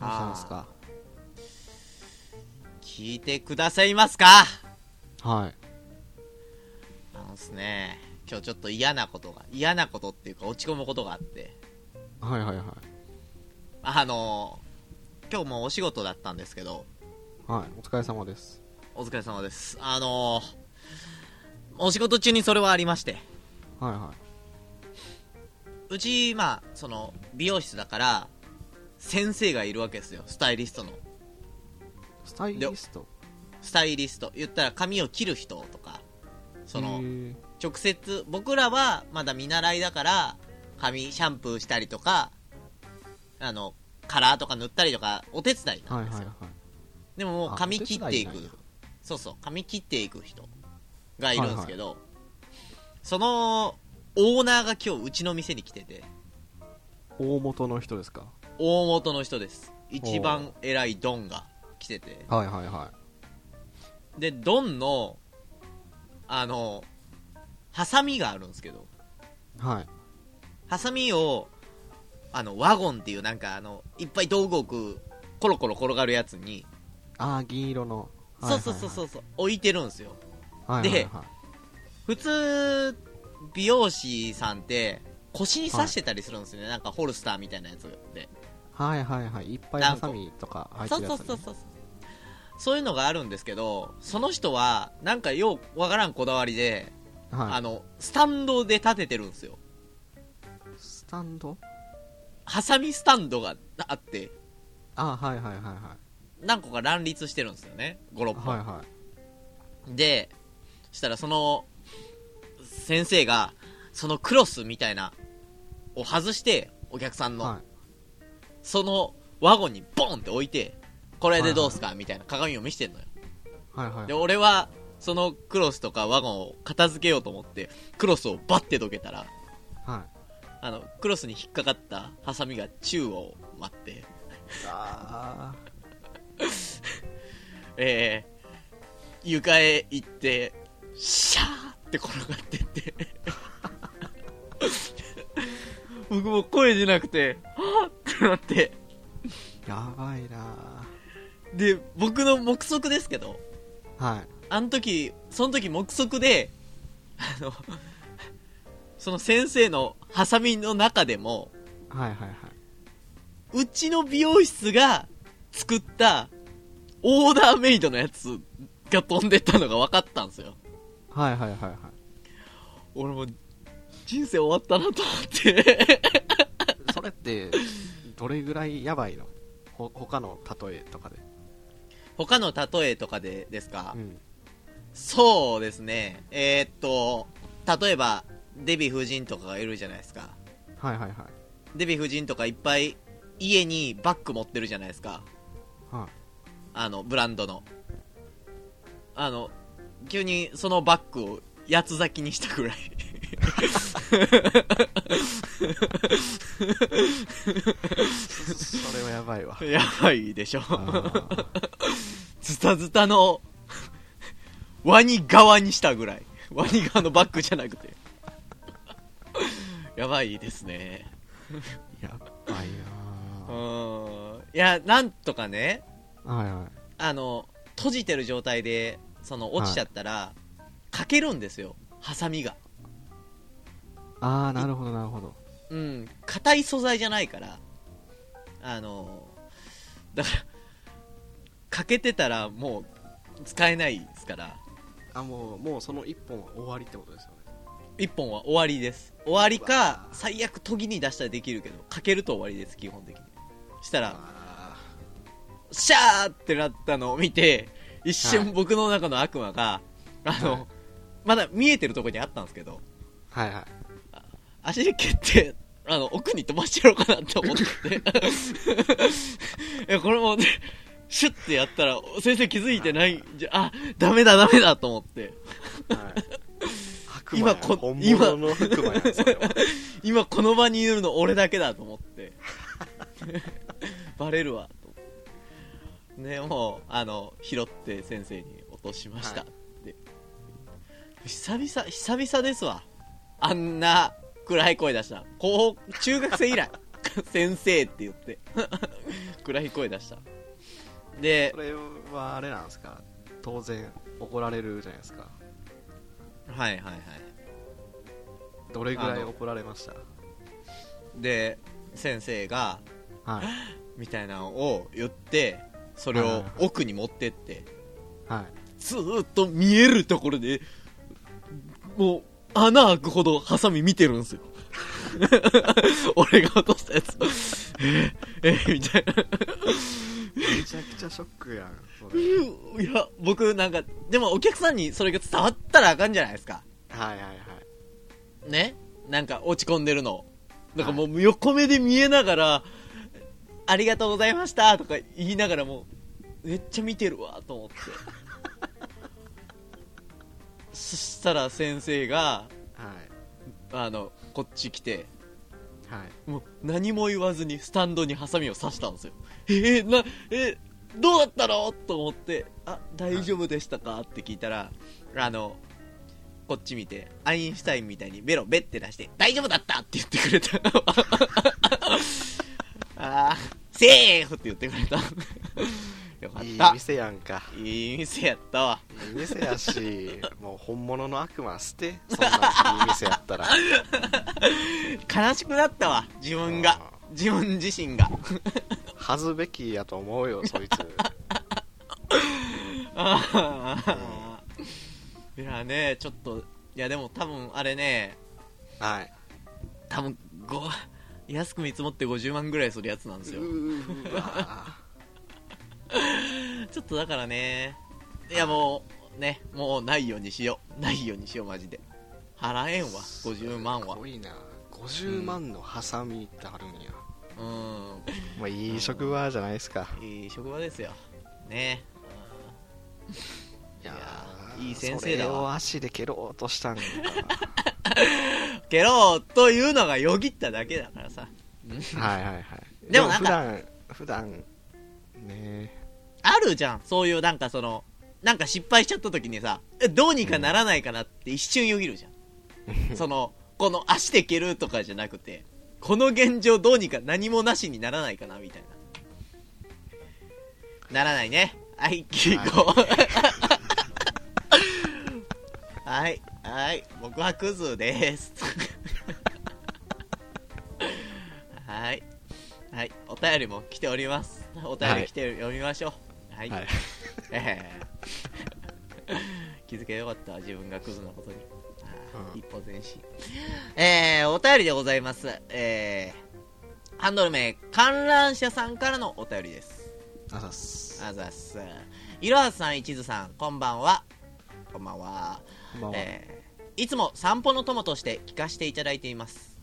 どうしたんですか聞いてくださいますかはいあのですね、今日ちょっと嫌なことが、嫌なことっていうか落ち込むことがあって、はいはいはいあの、今日もお仕事だったんですけど、はいお疲れ様ですお疲れ様です。あの、お仕事中にそれはありまして、はいはうち、まあ、その、美容室だから、先生がいるわけですよ、スタイリストの。いスタイリストスタイリスト。言ったら髪を切る人とか、そのへ、ー直接僕らはまだ見習いだから髪シャンプーしたりとかあのカラーとか塗ったりとかお手伝いなはいんではすいよ、はいでももうあ髪切っていおく手伝いなんやそうそう髪切っていく人がいるんですけど、そのオーナーが今日うちの店に来てて大元の人ですか大元の人です一番偉いドンが来ててはいはいはでドンのあのハサミがあるんですけどいはいハサミをあのワゴンっていうなんかあのいっぱい道具を置くコロコロ転がるやつに、ああ銀色のそうそうそううそう置いてるんですよはいはいはいはい普通美容師さんって腰に刺してたりするんですよね、なんかホルスターみたいなやつではいはいはいいっぱいハサミとか入ってそうるそうやつねそうそうそういうのがあるんですけどその人はなんかようわからんこだわりで、はあのスタンドで立ててるんですよいスタンドハサミスタンドがあってああはいはいはいは何個か乱立してるんですよね56い本、はいはで、したらその、先生が、そのクロスみたいな、を外して、お客さんいの、はいそのワゴンにボンって置いて、これでどうすか、みたいな鏡を見せてんのよ。はいはいで、俺は、そのクロスとかワゴンを片付けようと思って、クロスをバッてどけたら、はいあの、クロスに引っかかったハサミが宙を待って、あえー、床へ行って、シャーって転がってって。僕も声出なくて、はぁってなって。ーやばいなで、僕の目測ですけど、ーはいあの時、その時目測で、あの、その先生のハサミの中でも、はいはいはいうちの美容室が作ったオーダーメイドのやつが飛んでったのが分かったんですよ。はいはいはいはい俺も人生終わったなと思ってそれってどれぐらいやばいのほ他の例えとかで、 他の例えとかでですか、うん、そうですねえーっと例えばデヴィ夫人とかがいるじゃないですかはいはいはいデヴィ夫人とかいっぱい家にバッグ持ってるじゃないですかはい あのブランドのあの急にそのバッグを八つ咲きにしたぐらいそれはやばい わ やばいで しょあーズタズタのワニ側にしたぐらいワニ側のバッグじゃなくてやばいですねやばいうなーんいやなんとかねーはいはいあの閉じてる状態でその落ちちゃったら、かけるんですよハサミがああなるほどなるほどうん硬い素材じゃないからあのだからかけてたらもう使えないですからあもうもうその一本は終わりってことですよね一本は終わりです終わりうかわ最悪研ぎに出したらできるけどかけると終わりです基本的にしたらあシャーってなったのを見て一は瞬い僕の中の悪魔が、あの、はいまだ見えてるとこにあったんですけどーはいはい足で蹴ってあの奥に飛ばしてやろうかなって思って いやこれもねシュッてやったら先生気づいてないじゃあダメだダメだと思ってはい 白今こ本物の白馬やそ れは今この場にいるの俺だけだと思ってバレるわと思ってねもうあの拾って先生に落としました、はで久々久々ですわあんな暗い声出した高中学生以来先生って言ってくらい声出したでそれはあれなんですか当然怒られるじゃないですかはいはいはいどれぐらあいの怒られましたで先生がはいみたいなのを言ってそれを奥に持ってってはいずーっと見えるところでもう穴開くほどハサミ見てるんですよ 俺が落としたやつええみたいなめちゃくちゃショックやんそれいや僕なんかでもお客さんにそれが伝わったらあかんじゃないですかはいはいはいねなんか落ち込んでるのなんかもう横目で見えながら「ありがとうございました」とか言いながらもうめっちゃ見てるわと思ってそしたら先生がはいあのこっち来てはいもう何も言わずにスタンドにハサミを刺したんですよえーなえーどうだったのと思ってあ大丈夫でしたかって聞いたらあのこっち見てアインシュタインみたいにベロベって出して大丈夫だったって言ってくれた あーセーフって言ってくれた よかっいいた店やんかいい店やったわいい店や しもう本物の悪魔捨 てそんないい店やったら悲しくなったわ自分が自分自身が恥ずべきやと思うよそいつあ ーいやねちょっといやでも多分あれねはい多分ご安く見積もって50万ぐらいするやつなんですようわちょっとだからねいやもうねもうないようにしようないようにしようマジで払えんわ50万すはごいな50万のハサミってあるんや、うまあ、いい職場じゃないですかんいい職場ですよねいやいやいい先生だわそれを足で蹴ろうとしたんかけどというのがよぎっただけだからさ はいはいはいでもなん普か段普段ねあるじゃんそういうなんかそのなんか失敗しちゃった時にさえどうにかならないかなって一瞬よぎるじゃん その、この足で蹴るとかじゃなくて、この現状どうにか何もなしにならないかな、みたいな。ならないね。はい、キーコ。はい、はい、僕はクズです。はい、はい、お便りも来ております。お便り来て読みましょう。はい、はいええ 気づけよかった自分がクズなことに、あーうん一歩前進えー、お便りでございますえー、ハンドル名観覧車さんからのお便りですあざっすあざっすいろはさんいちずさんこんばんはこんばんはこんばんはえーいつも散歩の友として聞かせていただいています、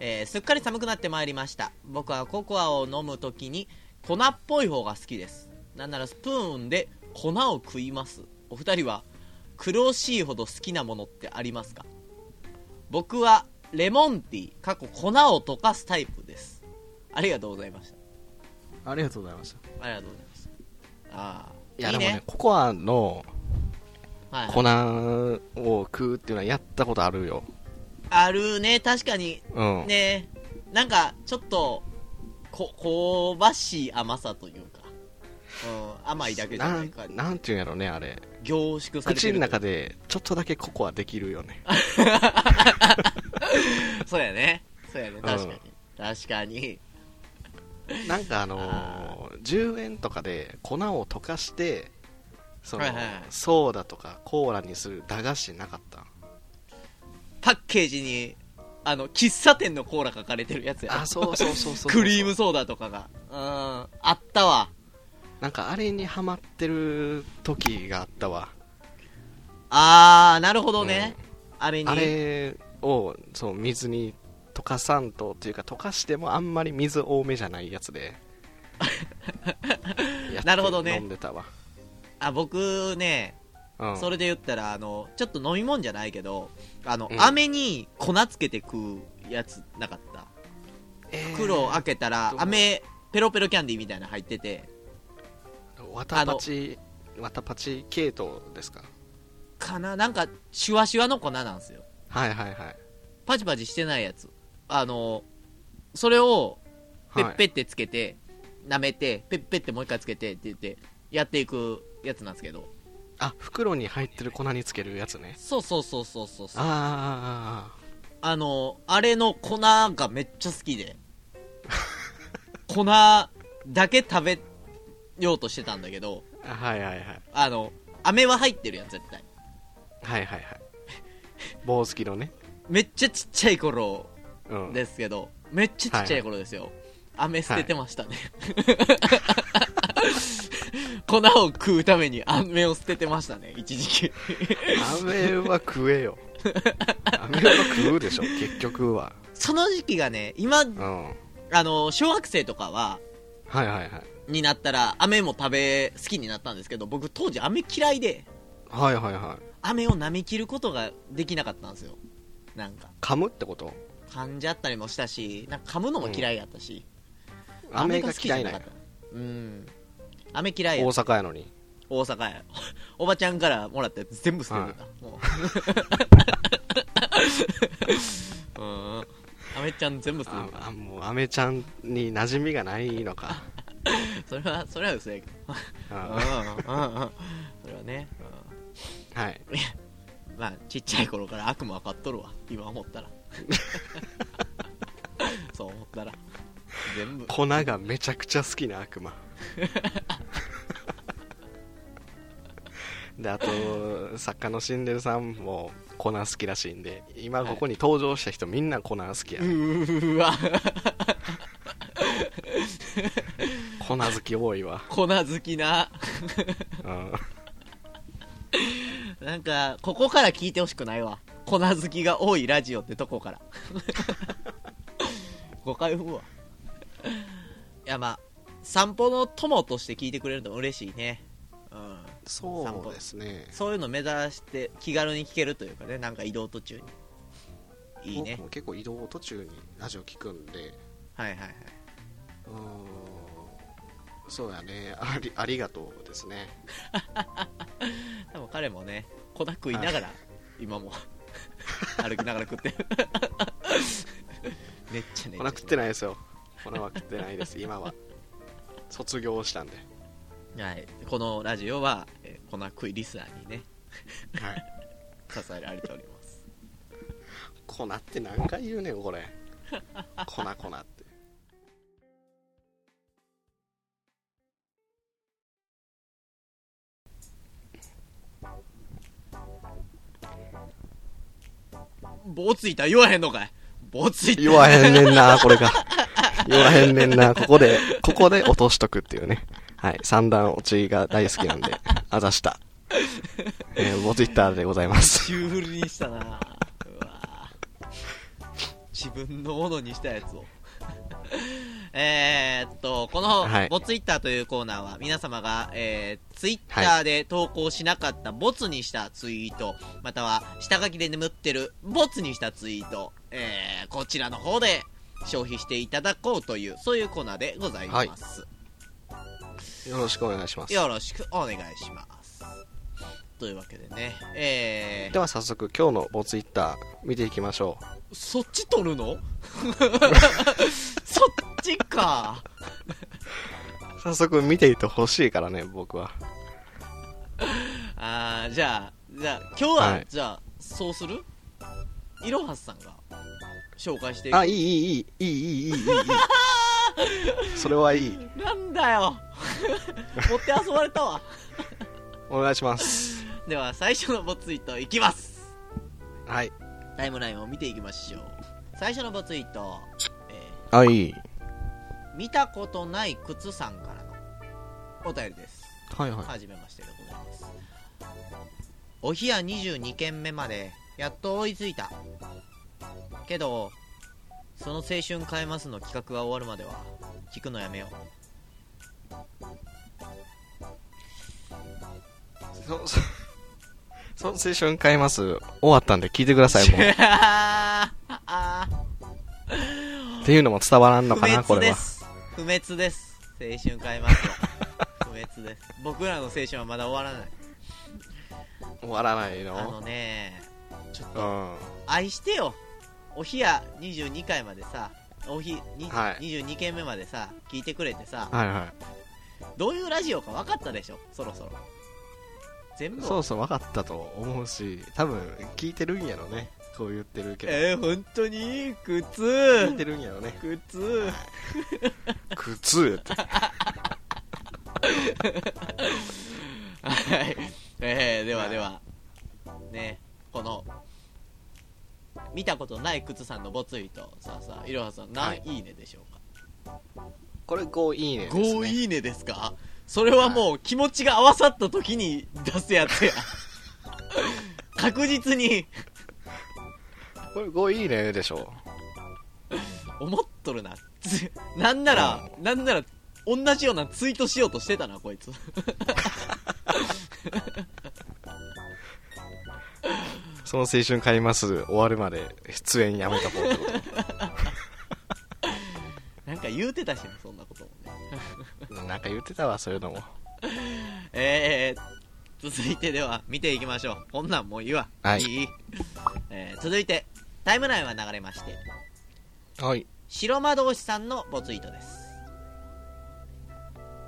えーすっかり寒くなってまいりました僕はココアを飲む時に粉っぽい方が好きですなんならスプーンで粉を食いますお二人は苦しいほど好きなものってありますか僕はレモンティー過去粉を溶かすタイプですありがとうございましたありがとうございましたありがとうございましたああいやでもねココアのはいはい粉を食うっていうのはやったことあるよあるね確かにうん、ねえなんかちょっとこ香ばしい甘さというか、うん、甘いだけじゃないかんなんていうんやろねあれ凝縮されて口るの中でちょっとだけココアできるよねそうやねそうやね確かに、確かになんかあのー10円とかで粉を溶かしてその、はいはいはいソーダとかコーラにする駄菓子なかったパッケージにあの喫茶店のコーラ書かれてるやつやあそうそうそう そうクリームソーダとかがうんあったわなんかあれにハマってる時があったわあーなるほどね、あれにあれをそう水に溶かさんとというか溶かしてもあんまり水多めじゃないやつでやって なるほどね飲んでたわ、あ僕ねうん、それで言ったらあのちょっと飲み物じゃないけどあの、うん飴に粉つけて食うやつなかった袋を開けたえーらっ、と飴ペロペロキャンディーみたいなの入っててわたパチわたパチ系統ですかかななんかシュワシュワの粉なんですよはいはいはいパチパチしてないやつあのそれをペはいッペってつけて、舐めて、ペッペッってもう一回つけてって言って、やっていくやつなんですけど。あ袋に入ってる粉につけるやつねそうそうそうそうそうそう。あああの、あれの粉がめっちゃ好き で。粉だけ食べようとしてたんだけど、あああはいはいはいあの、飴は入ってるやん、絶対。はいはいはい棒好きのねめっちゃちっちゃい頃うんですけど、めっちゃちっちゃい頃ですよ。飴捨ててま したね。粉を食うために飴を捨ててましたね、一時期。飴は食えよ飴は食うでしょ結局はその時期がね、今、うんあの、小学生とかは、はいはいはいになったら、飴も食べ、好きになったんですけど、僕当時飴嫌いで、はいはいはい飴を舐め切ることができなかったんですよ。なんか、噛むってこと噛んじゃったりもしたし、なんか噛むのも嫌いやったし、飴が嫌いななかんっやた。うん。飴嫌いや大阪やのに大阪や おばちゃんからもらったやつ全部捨てるんだ、もう うーんあめちゃん全部捨てあるあもう飴ちゃんに馴染みがないのかそれはそれは嘘やけどうんうんうんうんはうんそれはね、いうん、まあちっちゃい頃から悪魔は買っとるわ今思ったらそう思ったら全部粉がめちゃくちゃ好きな悪魔であと作家のシンデレさんも粉好きらしいんで今ここに登場した人みんな粉好きや、うーわ粉好き多いわ、粉好きなうん、なんかここから聞いてほしくないわ粉好きが多いラジオってとこから 誤解踏むわいやまあ散歩の友として聞いてくれるの嬉しいねうんそうですねそういうの目指して気軽に聞けるというかねなんか移動途中にいいね僕も結構移動途中にラジオ聞くんではいはいはいうーんそうやねありありがとうですね多分彼もね粉食いながら今も 歩きながら食ってる めっちゃね粉食ってないですよ粉は食ってないです今は卒業したんではい、このラジオは、えー、粉食いリスナーにねはい支えられております 粉って何回言うねんこれ粉粉って棒ついた言わへんのかい棒ついた言わへんねんなこれが言わへんねんなここでここで落としとくっていうねはい三段落ちが大好きなんであざしたえー、ボツイッターでございます宙振りにしたなうわぁ自分のものにしたやつを えーっとこのはいボツイッターというコーナーは皆様が、えー、ツイッターで投稿しなかったボツにしたツイート、または下書きで眠ってるボツにしたツイート、えー、こちらの方で消費していただこうというそういうコーナーでございます、よろしくお願いしますよろしくお願いしますというわけでねえーでは早速今日のボツイッター見ていきましょうそっち取るの そっちか。早速見ていてほしいからね僕はあーじゃあ、じゃあ、今日は、はいじゃあ、そうするいろはさんが紹介していくあいいいいいいいいいいいいいい いいそれはいいなんだよ。 持って遊ばれたわ。お願いしますでは、最初のボツイートいきます。はいタイムラインを見ていきましょう。最初のボツイート、えあいいー見たことない靴さんからのお便りです。はいはいはじめましてでございますお冷や22軒目までやっと追いついたけどその青春変えますの企画が終わるまでは聞くのやめようそそ その青春変えます終わったんで聞いてくださいもう あーあっていうのも伝わらんーのか な不こ滅れではす不滅です青春変えます の不滅です僕らの青春はまだ終わらない終わらないあののねちょっうとん愛してよお冷や22回までさおひに、はい22件目までさ聞いてくれてさはいはどういうラジオか分かったでしょそろそろ全い。部そうそう、分かったと思うし、多分、聞いてるんやろね。こう言ってるけど。えー、本当に聞い靴てるんやろね。靴靴って。はい、えー、ではではねこの見たことない靴さんのボツイートさあさあいろはさん何はいいいねでしょうか、これ5いいねです、ね。 5いいねですかそれはもう気持ちが合わさった時に出すやつや 確実にこれ5いいねでしょ。思っとるなつなんなら、なんなら同じようなツイートしようとしてたなこいつその青春買います。終わるまで出演やめた方ってこなんか言うてたしねそんなこともねと。なんか言ってたわ、そういうのも。えー、続いてでは見ていきましょうこんなんもういいわ、はいいえー続いてタイムラインは流れましてはい。白魔道士さんのボツイートです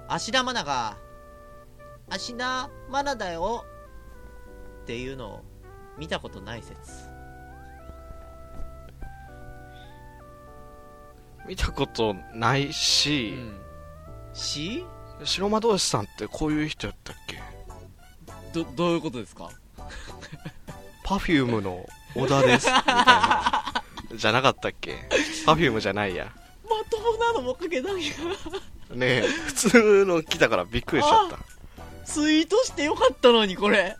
芦田愛菜が「芦田愛菜だよ」っていうのを見たことない説見たことないうし、んし白魔道士さんってこういう人やったっけどどういうことですかパフュームの小田です。みたいな。じゃなかったっけパフュームじゃないや。まともなのもかけたんやねえ、普通の来たからびっくりしちゃった。ツイートしてよかったのにこれ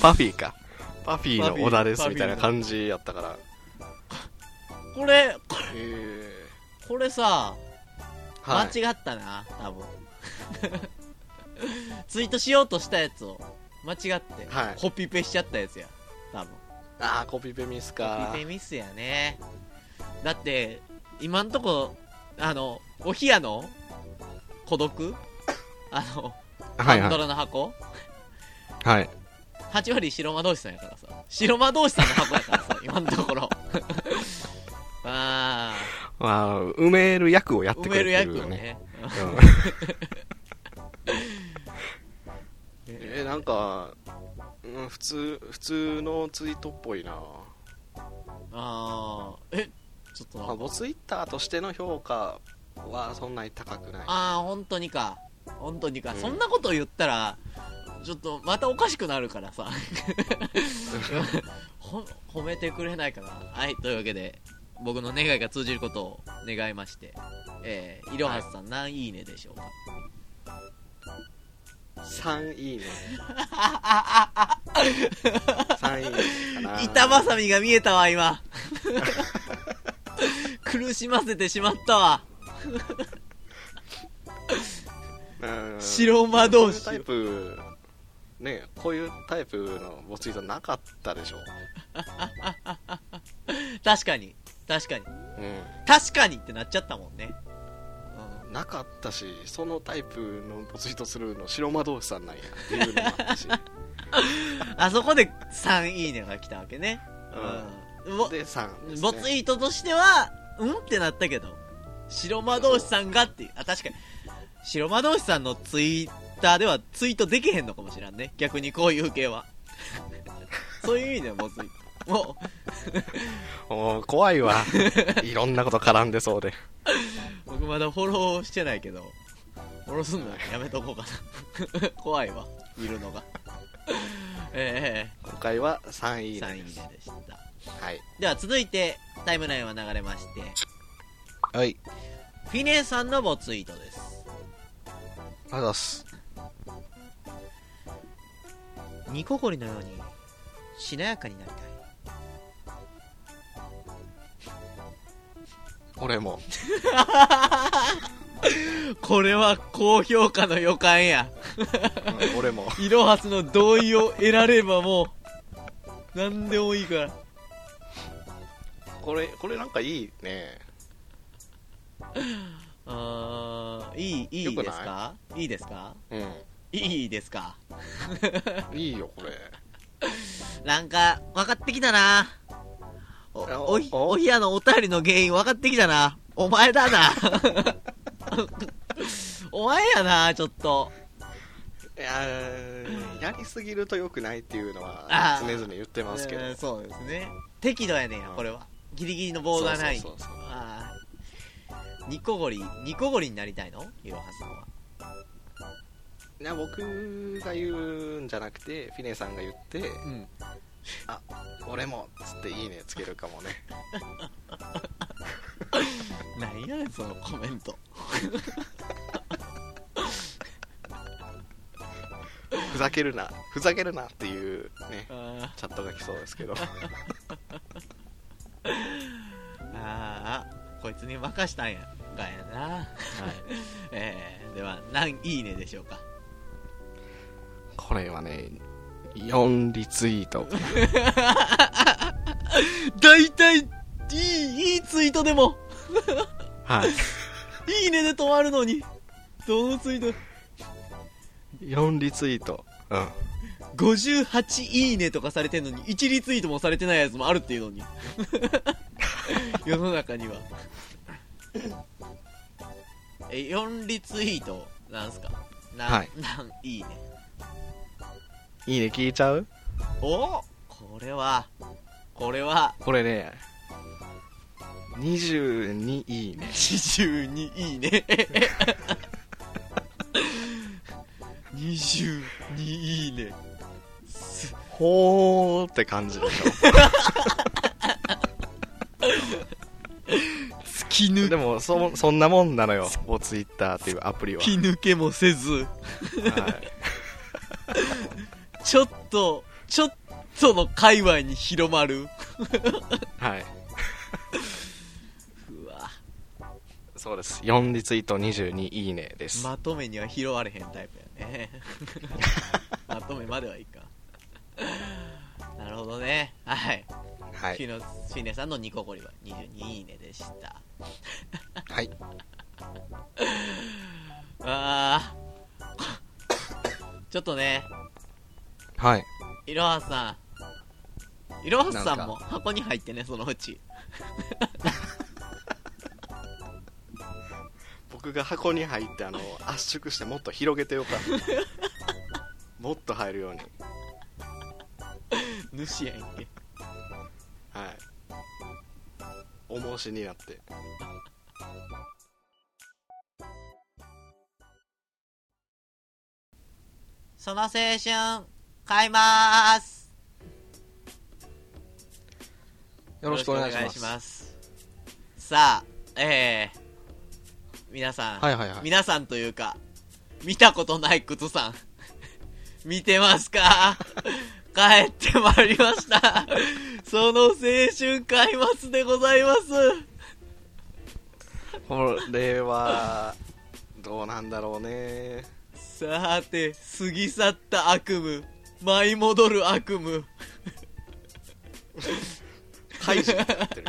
パフィーか。パフィーの小田ですみたいな感じやったから。これこえー、これさはい。間違ったな多分 ツイートしようとしたやつを間違って、はいコピペしちゃったやつや多分あー、コピペミスかコピ。ペミスやねだって今んとこあのお冷やの孤独あのはパいはンドい。ラの箱、はい。 8割白魔同士さんやからさ白魔同士さんの箱やから さ今のところ あまあ、埋める役をやあって埋くめれてるる役よをね。ねうんええー、なんか、うん、普通、普通のツイートっぽいな。ああえちょっとなんまかあ、ボツイッターとしての評価はそんなに高くない。 ああ本当にか本当にか、うんそんなこと言ったらちょっとまたおかしくなるからさ ほ褒めてくれないかなはいというわけで僕の願いが通じることを願いましてえー、いろはすさん、何いいねでしょうか3いいね。3いいねか な。板挟みが見えたわ 今苦しませてしまったわうん白魔同士こういうタイプねこういうタイプのボツイートなかったでしょ確かに確かにう確かにってなっちゃったもんね、うんんなかったしそのタイプのボツイートするの白魔道士さんなんやっていうのもあったしあそこで3いいねが来たわけね。うん。 ぼで3です、ね、ボツイートとしては、うんってなったけど、白魔道士さんがっていう、あ、確かに、白魔道士さんのツイッターではツイートできへんのかもしらんね。逆にこういう 系は。そういう意味ではボツイート。もおー 怖いわいろんなこと絡んでそうでう、僕まだフォローしてないけど、フォローすんのやめとこうかな。 怖いわ、いるのが。 え今回は3えいい3いいねねでした。はいでは続いて、タイムラインは流れまして、はいフィネさんのボツイートですあざっすニココリのようにしなやかになりたい俺 もこれは高評価の予感やうん俺もいろはすの同意を得られればもう何でもいいからこれこれなんかいいねあーいいいいよくでないすかいいですかうんいいですかいいよこれなんか分かってきたなお、おひ、おおひやのお便りの原因分かってきたな。お前だ な。お前やな、ちょっと。いやーやりすぎると良くないっていうのはあー常々言ってますけど、うんそうですね。適度やねんや、これは。ギリギリのボーダーラインそう。そうそうああ。ニコゴリ、ニコゴリになりたいのいろはさんは。いや僕が言うんじゃなくてフィネさんが言ってうん。 「俺も」っつって「いいね」つけるか もねなんやねん、そのコメント。ふざけるなふざけるなっていうねあチャットが来そうです けどーあー、こいつに任したんや。がやな。 えー、では、何いいねでしょうか。これはね4リツイート大体、いい、いいツイートでも、はいい いねで止まるのに、どのツイート、 4リツイートうん58いいねとかされてんのに、1リツイートもされてないやつもあるっていうのに。 世の中には。え、4リツイート、なんすかなん、はいなん、いいね。いいね聞いちゃうおこれは、これは、これね22いいね22いい ね22いいねすほーって感じでし突きょ抜けでもそそんなもんなのよもうツイッターっていうアプリは、突き抜けもせずはい、ちょっとちょっとの界隈に広まるはい、うわそうです4リツイート22いいねです、まとめには拾われへんタイプや ねまとめまではいいかなるほどねはい、はシい、ーノシーネさんのニコゴリは22いいねでしたはい、あー ちょっとねはい、いろはさんいろはさんもなん箱に入ってねそのうち僕が箱に入ってあの圧縮してもっと広げてよかった もっと入るように主やんけはいお申しになってその青春買いまーすよろしくお願いしますよろくお願すさあえー、皆さん、はいはいはい皆さんというか見たことない靴さん 見てますか 帰ってまいりましたその青春買いますでございますこれはどうなんだろう ねさて過ぎ去った悪夢舞い戻る悪夢カイジにな ってる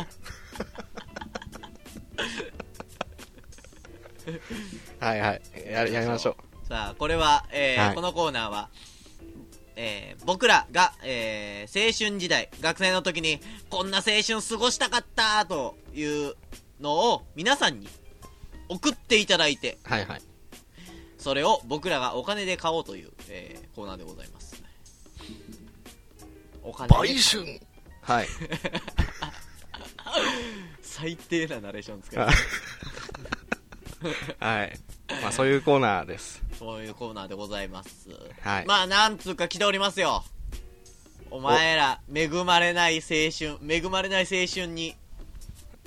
はいはいややりましょうさあこれは、えーはいこのコーナーは、えー僕らが、えー青春時代学生の時にこんな青春過ごしたかったというのを皆さんに送っていただいてはいはいそれを僕らがお金で買おうという、えーコーナーでございますお金で春 はい最低なナレーションですけどあはいまあそういうコーナーですそういうコーナーでございます。はいまあ、なんつうか来ておりますよ。お前ら、恵まれない青春、恵まれない青春に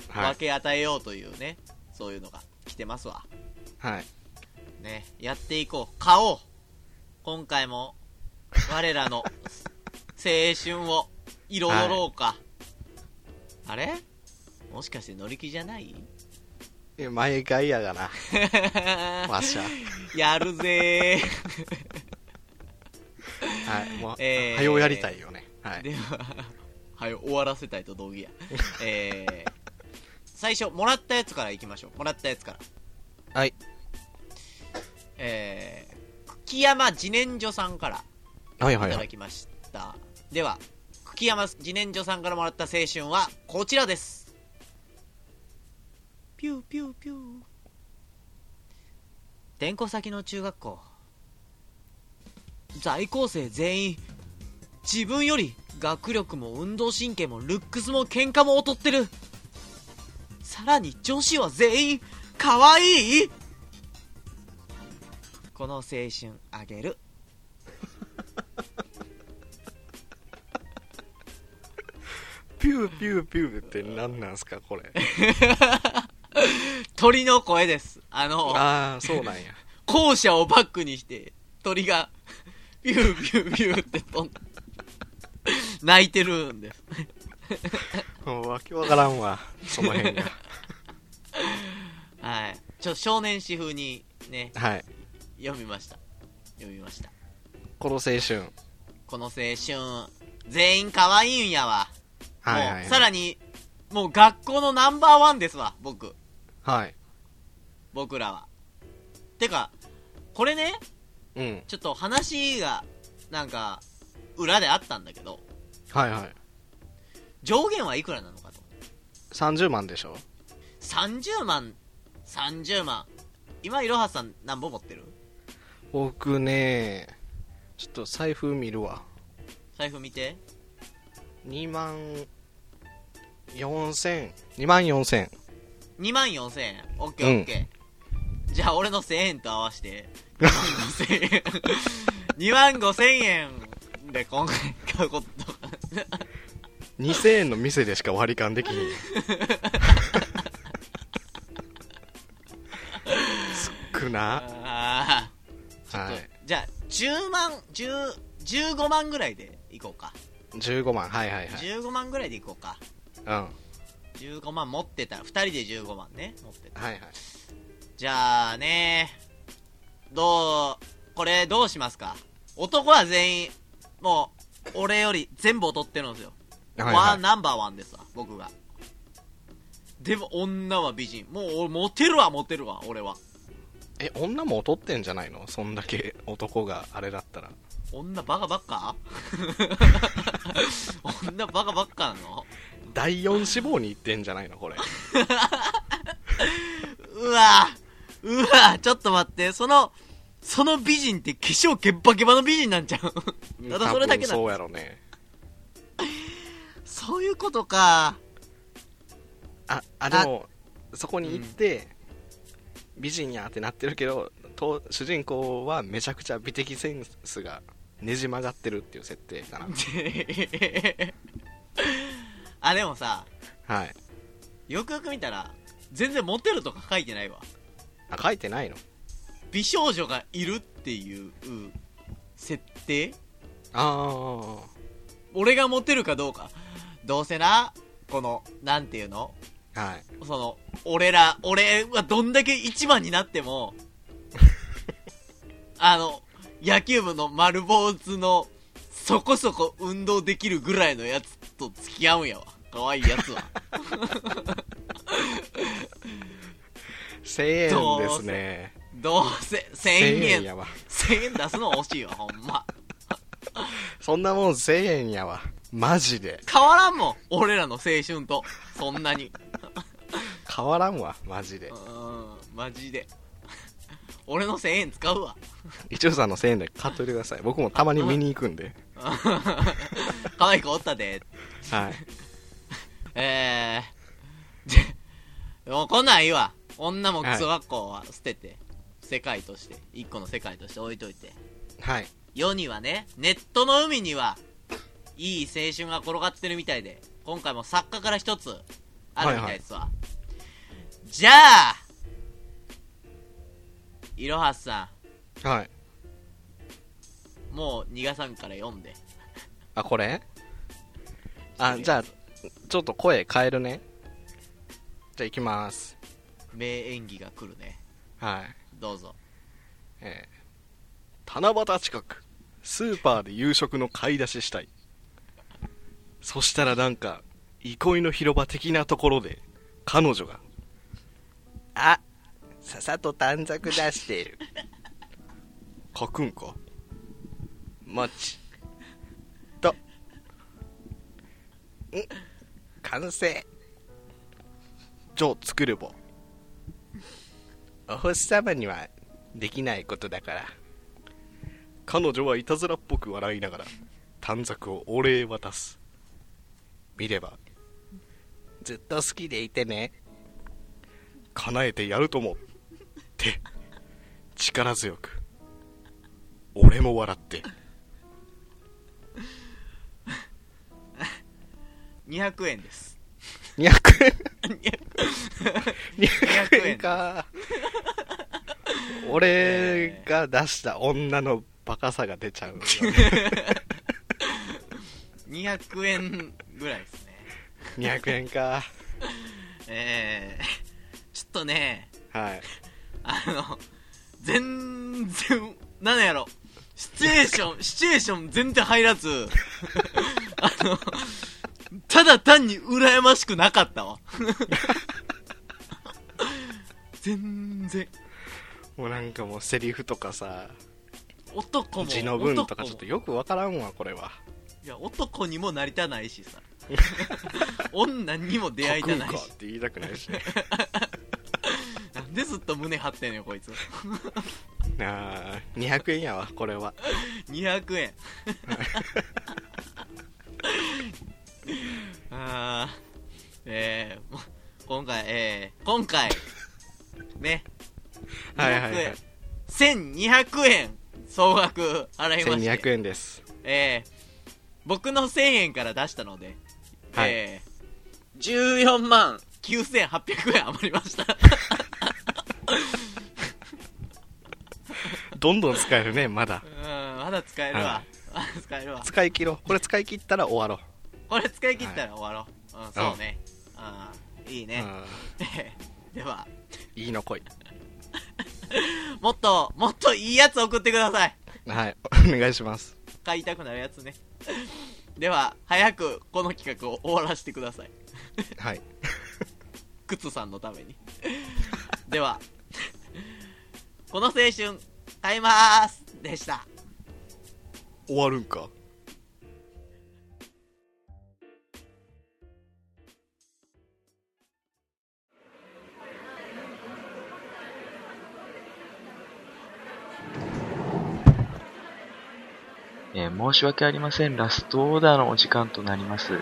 はい分け与えようというね、そういうのが来てますわ。はいね、やっていこう。買おう。今回も、我ら の青春を彩ろうか。あれもしかして乗り気じゃないいや毎回やが なわしゃやるぜー。はいもう、えーはようやりたいよね はいでは、はい、終わらせたいと同義や。えー、最初、もらったやつからいきましょう。もらったやつから。はいえー、久木山自然薯さんからはいはいいたはだいきました。では、久木山自然薯さんからもらった青春はこちらですピューピューピュー転校先の中学校在校生全員自分より学力も運動神経もルックスも喧嘩も劣ってるさらに女子は全員可愛いこの青春あげるピューピューピューって何なんすか、これ。鳥の声ですあのああ、そうなんや。校舎をバックにして鳥がピューピューピューって飛んだ泣いてるんです もうわけわからんわ、その辺が。はいちょっと少年誌風にね はい。読みました読みましたこの青春。この青春全員可愛いんやわはいはい、もはうい。さらにもう学校のナンバーワンですわ僕はい。僕らはてかこれねうん。ちょっと話がなんか裏であったんだけどはいはい。上限はいくらなのかと30万でしょ30万30万今いろはさん何本持ってる僕ね、ちょっと財布見るわ。財布見て2万4千、2万4千。 2万4000円オッケーオッケー、じゃあ俺の1000円と合わせ て2万5000円2万5000円で今回買うことか2000円の店でしか割り勘 できひん少なあー はじゃあ10万10 15万ぐらいでいこうか、い15万はいはい15万ぐらいでいこうかはい15万持ってたら2人で15万ね持ってうたんはいはいじゃあねどうこれどうしますか男は全員もう俺より全部劣ってるんですよはいワはンいナンバーワンですわ僕がでも女は美人もう俺モテるわモテるわ俺はえ女も劣ってんじゃないのそんだけ男があれだったら女バカばっか 女バカばっかなの第4志望に行ってんじゃないのこれうわうわちょっと待ってそのその美人って化粧ケッバケバの美人なんちゃう ただそれだけだ多分そうやろねそういうことかああでもそこに行って、美人やってなってるけどと主人公はめちゃくちゃ美的センスがねじ曲がってるっていう設定かな あでもさはいよくよく見たら全然モテるとか書いてないわあ書いてないの美少女がいるっていう設定あ俺がモテるかどうかどうせなこのなんていうのあはいその俺ら俺はどんだけ一番になってもあの野球部の丸坊主のそこそこ運動できるぐらいのやつと付き合うんやわ可愛いやつは1000円ですねどうせ1000円やわ1000円出すの惜しいわほんまそんなもん1000円やわマジで変わらんもん俺らの青春とそんなに変わらんわマジでうんマジで 俺の1000円使うわ一応さんの1000円で買っといてください僕もたまに見に行くんで可愛い子おったではいえー、でもうこんなんいいわ女もクソ学校は捨てて、世界として一個の世界として置いといてはい世にはねネットの海にはいい青春が転がってるみたいで今回も作家から一つあるみたいですわ、じゃあいろはさはいんもう逃がさんから読んであこれあじゃあちょっと声変えるねじゃあ行きます名演技が来るねはいどうぞえー七夕近くスーパーで夕食の買い出ししたいそしたらなんか憩いの広場的なところで彼女があささと短冊出して る書くんかもちと完成じゃあ作ればお星様にはできないことだから彼女はいたずらっぽく笑いながら短冊をお礼渡す見ればずっと好きでいてね叶えてやるともって力強く俺も笑って200円です200円200 200円円か俺が出した女のバカさが出ちゃうよね200円ぐらいですね200円かえー、ちょっとねはいあの全然なんやろシチュエーションシチュエーション全然入らずあのただ単に羨ましくなかったわ全然もうなんかもうセリフとかさ男も字の文とかちょっと男もよくわからんわこれはいや男にもなりたないし さ女にも出会いたな書いくんしかって言いたくないしね なんでずっと胸張ってんのよこいつなあ200円やわ これは200円 あーえーもう今回えー、今回ねはいはいはい200円1200円総額払いまして1200円ですえー、僕の1000円から出したので、はいえー、14万9800円余りましたどんどん使えるねまだうんまだ使えるわ、まはだ使えるわ使い切ろうこれ使い切ったら終わろ、これ使い切ったら終わろう、うんそうね、うん、いいうね、 ではうんいいの来いもっともっといいやつ送ってくださいはい お願いします買いたくなるやつね では早くこの企画を終わらせてくださいはいクツさんのために では この青春買いまーすでした終わるんかえー申し訳ありません。ラストオーダーのお時間となります。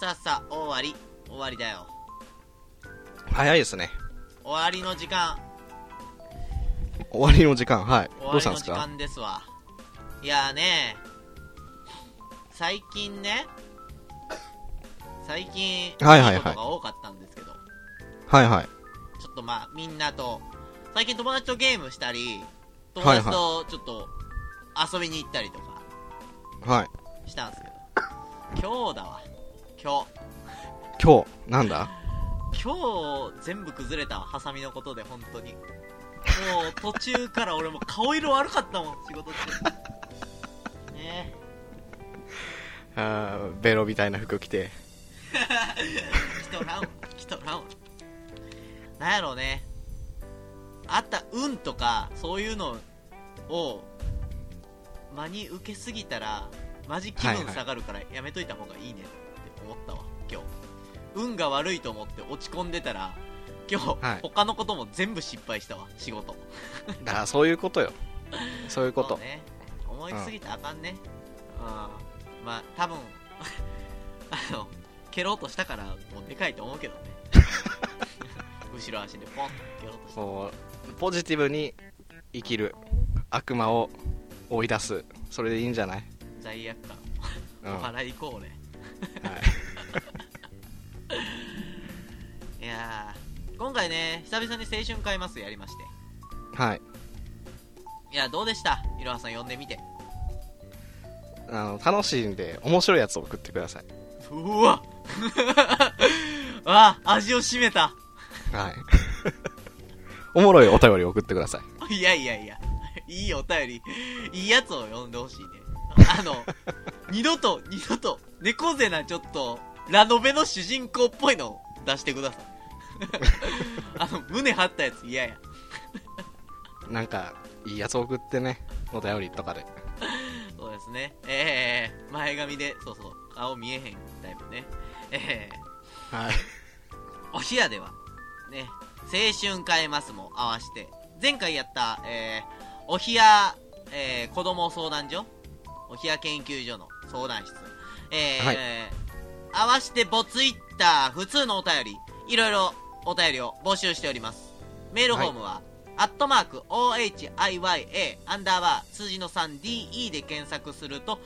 さあさあ終わり終わりだよ早いですね終わりの時間終わりの時間はい終どうわしたりんのです時か間ですわいやーね最近ね最近いいことはいはいはいが多かったんですけど、はいはいちょっとまあみんなと最近友達とゲームしたり友達とちょっと遊びに行ったりとかはいしたんですけど、今日だわ今今日なんだ 日今日全部崩れたわハサミのことで本当にもう途中から俺も顔色悪かったもん仕事中ねあーベロみたいな服着てえ人らんわ人らんわなんやろうねあった運とかそういうのを真に受けすぎたらマジ気分下がるからやめといた方がいいねって思ったわ今日運が悪いと思って落ち込んでたら今日、はい他のことも全部失敗したわ仕事あーそういうことよそういうこそとうね思いすぎたらあかんねうんまあ多分 あの蹴ろうとしたからもうでかいと思うけ どね後ろ足でポンと蹴ろうとしたこうポジティブに生きる悪魔を追い出すそれでいいんじゃない、罪悪感うんお払い行こうね、 い、やー今回ね久々に青春買いますやりましてはいいやどうでしたいろはさん呼んでみてあの楽しいんで面白いやつを送ってくださいうわ あ味をしめたはい おもろいお便りを送ってください いやいやいや、いいお便り、いいやつを呼んでほしいね。あの、二度と、二度と、猫背なちょっと、ラノベの主人公っぽいのを出してください。 あの、胸張ったやつ嫌や。なんかいいやつを送ってねお便りとかでそうですね。ええ前髪で、そうそう、顔見えへんタイプね。ええはいお冷やでは、ね、青春変えますも合わせて、前回やった、えー、お冷や、えー、子供相談所、お冷や研究所の相談室、えーはい合わせてボツイッター、普通のお便り、いろいろお便りを募集しております。メールフォームは、アットマーク OHIYA アンダーバー数字の 3DE で検索すると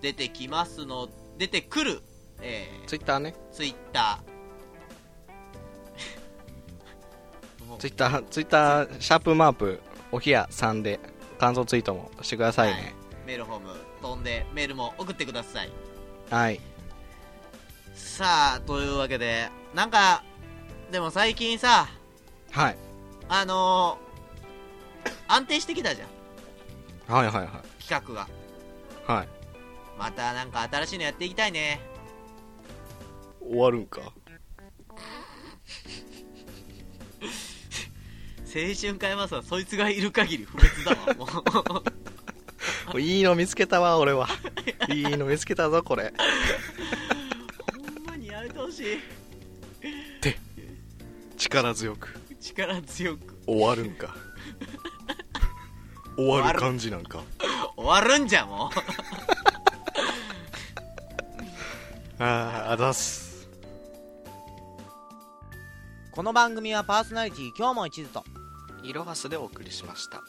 出てきますの出てくる、えー、ツイッターねツイッター。ツイッターツイッターシャープマープおひやさんで感想ツイートもしてくださいねメールフォーム飛んでメールも送ってください。はいさあ、というわけで、なんか、でも最近さ、はいあのー安定してきたじゃん、はいはいは企画が。いはいまたなんか新しいのやっていきたいね。終わるんか青春変えますはそいつがいる限り不 滅だわ、もう。いいの見つけたわ俺 はいいの見つけたぞこれほんまにやめてほしい。力強く力強く。終わるんか終わる感じなんか終わるんじゃん、もう。あああざすこの番組はパーソナリティ今日も一途といろはすでお送りしました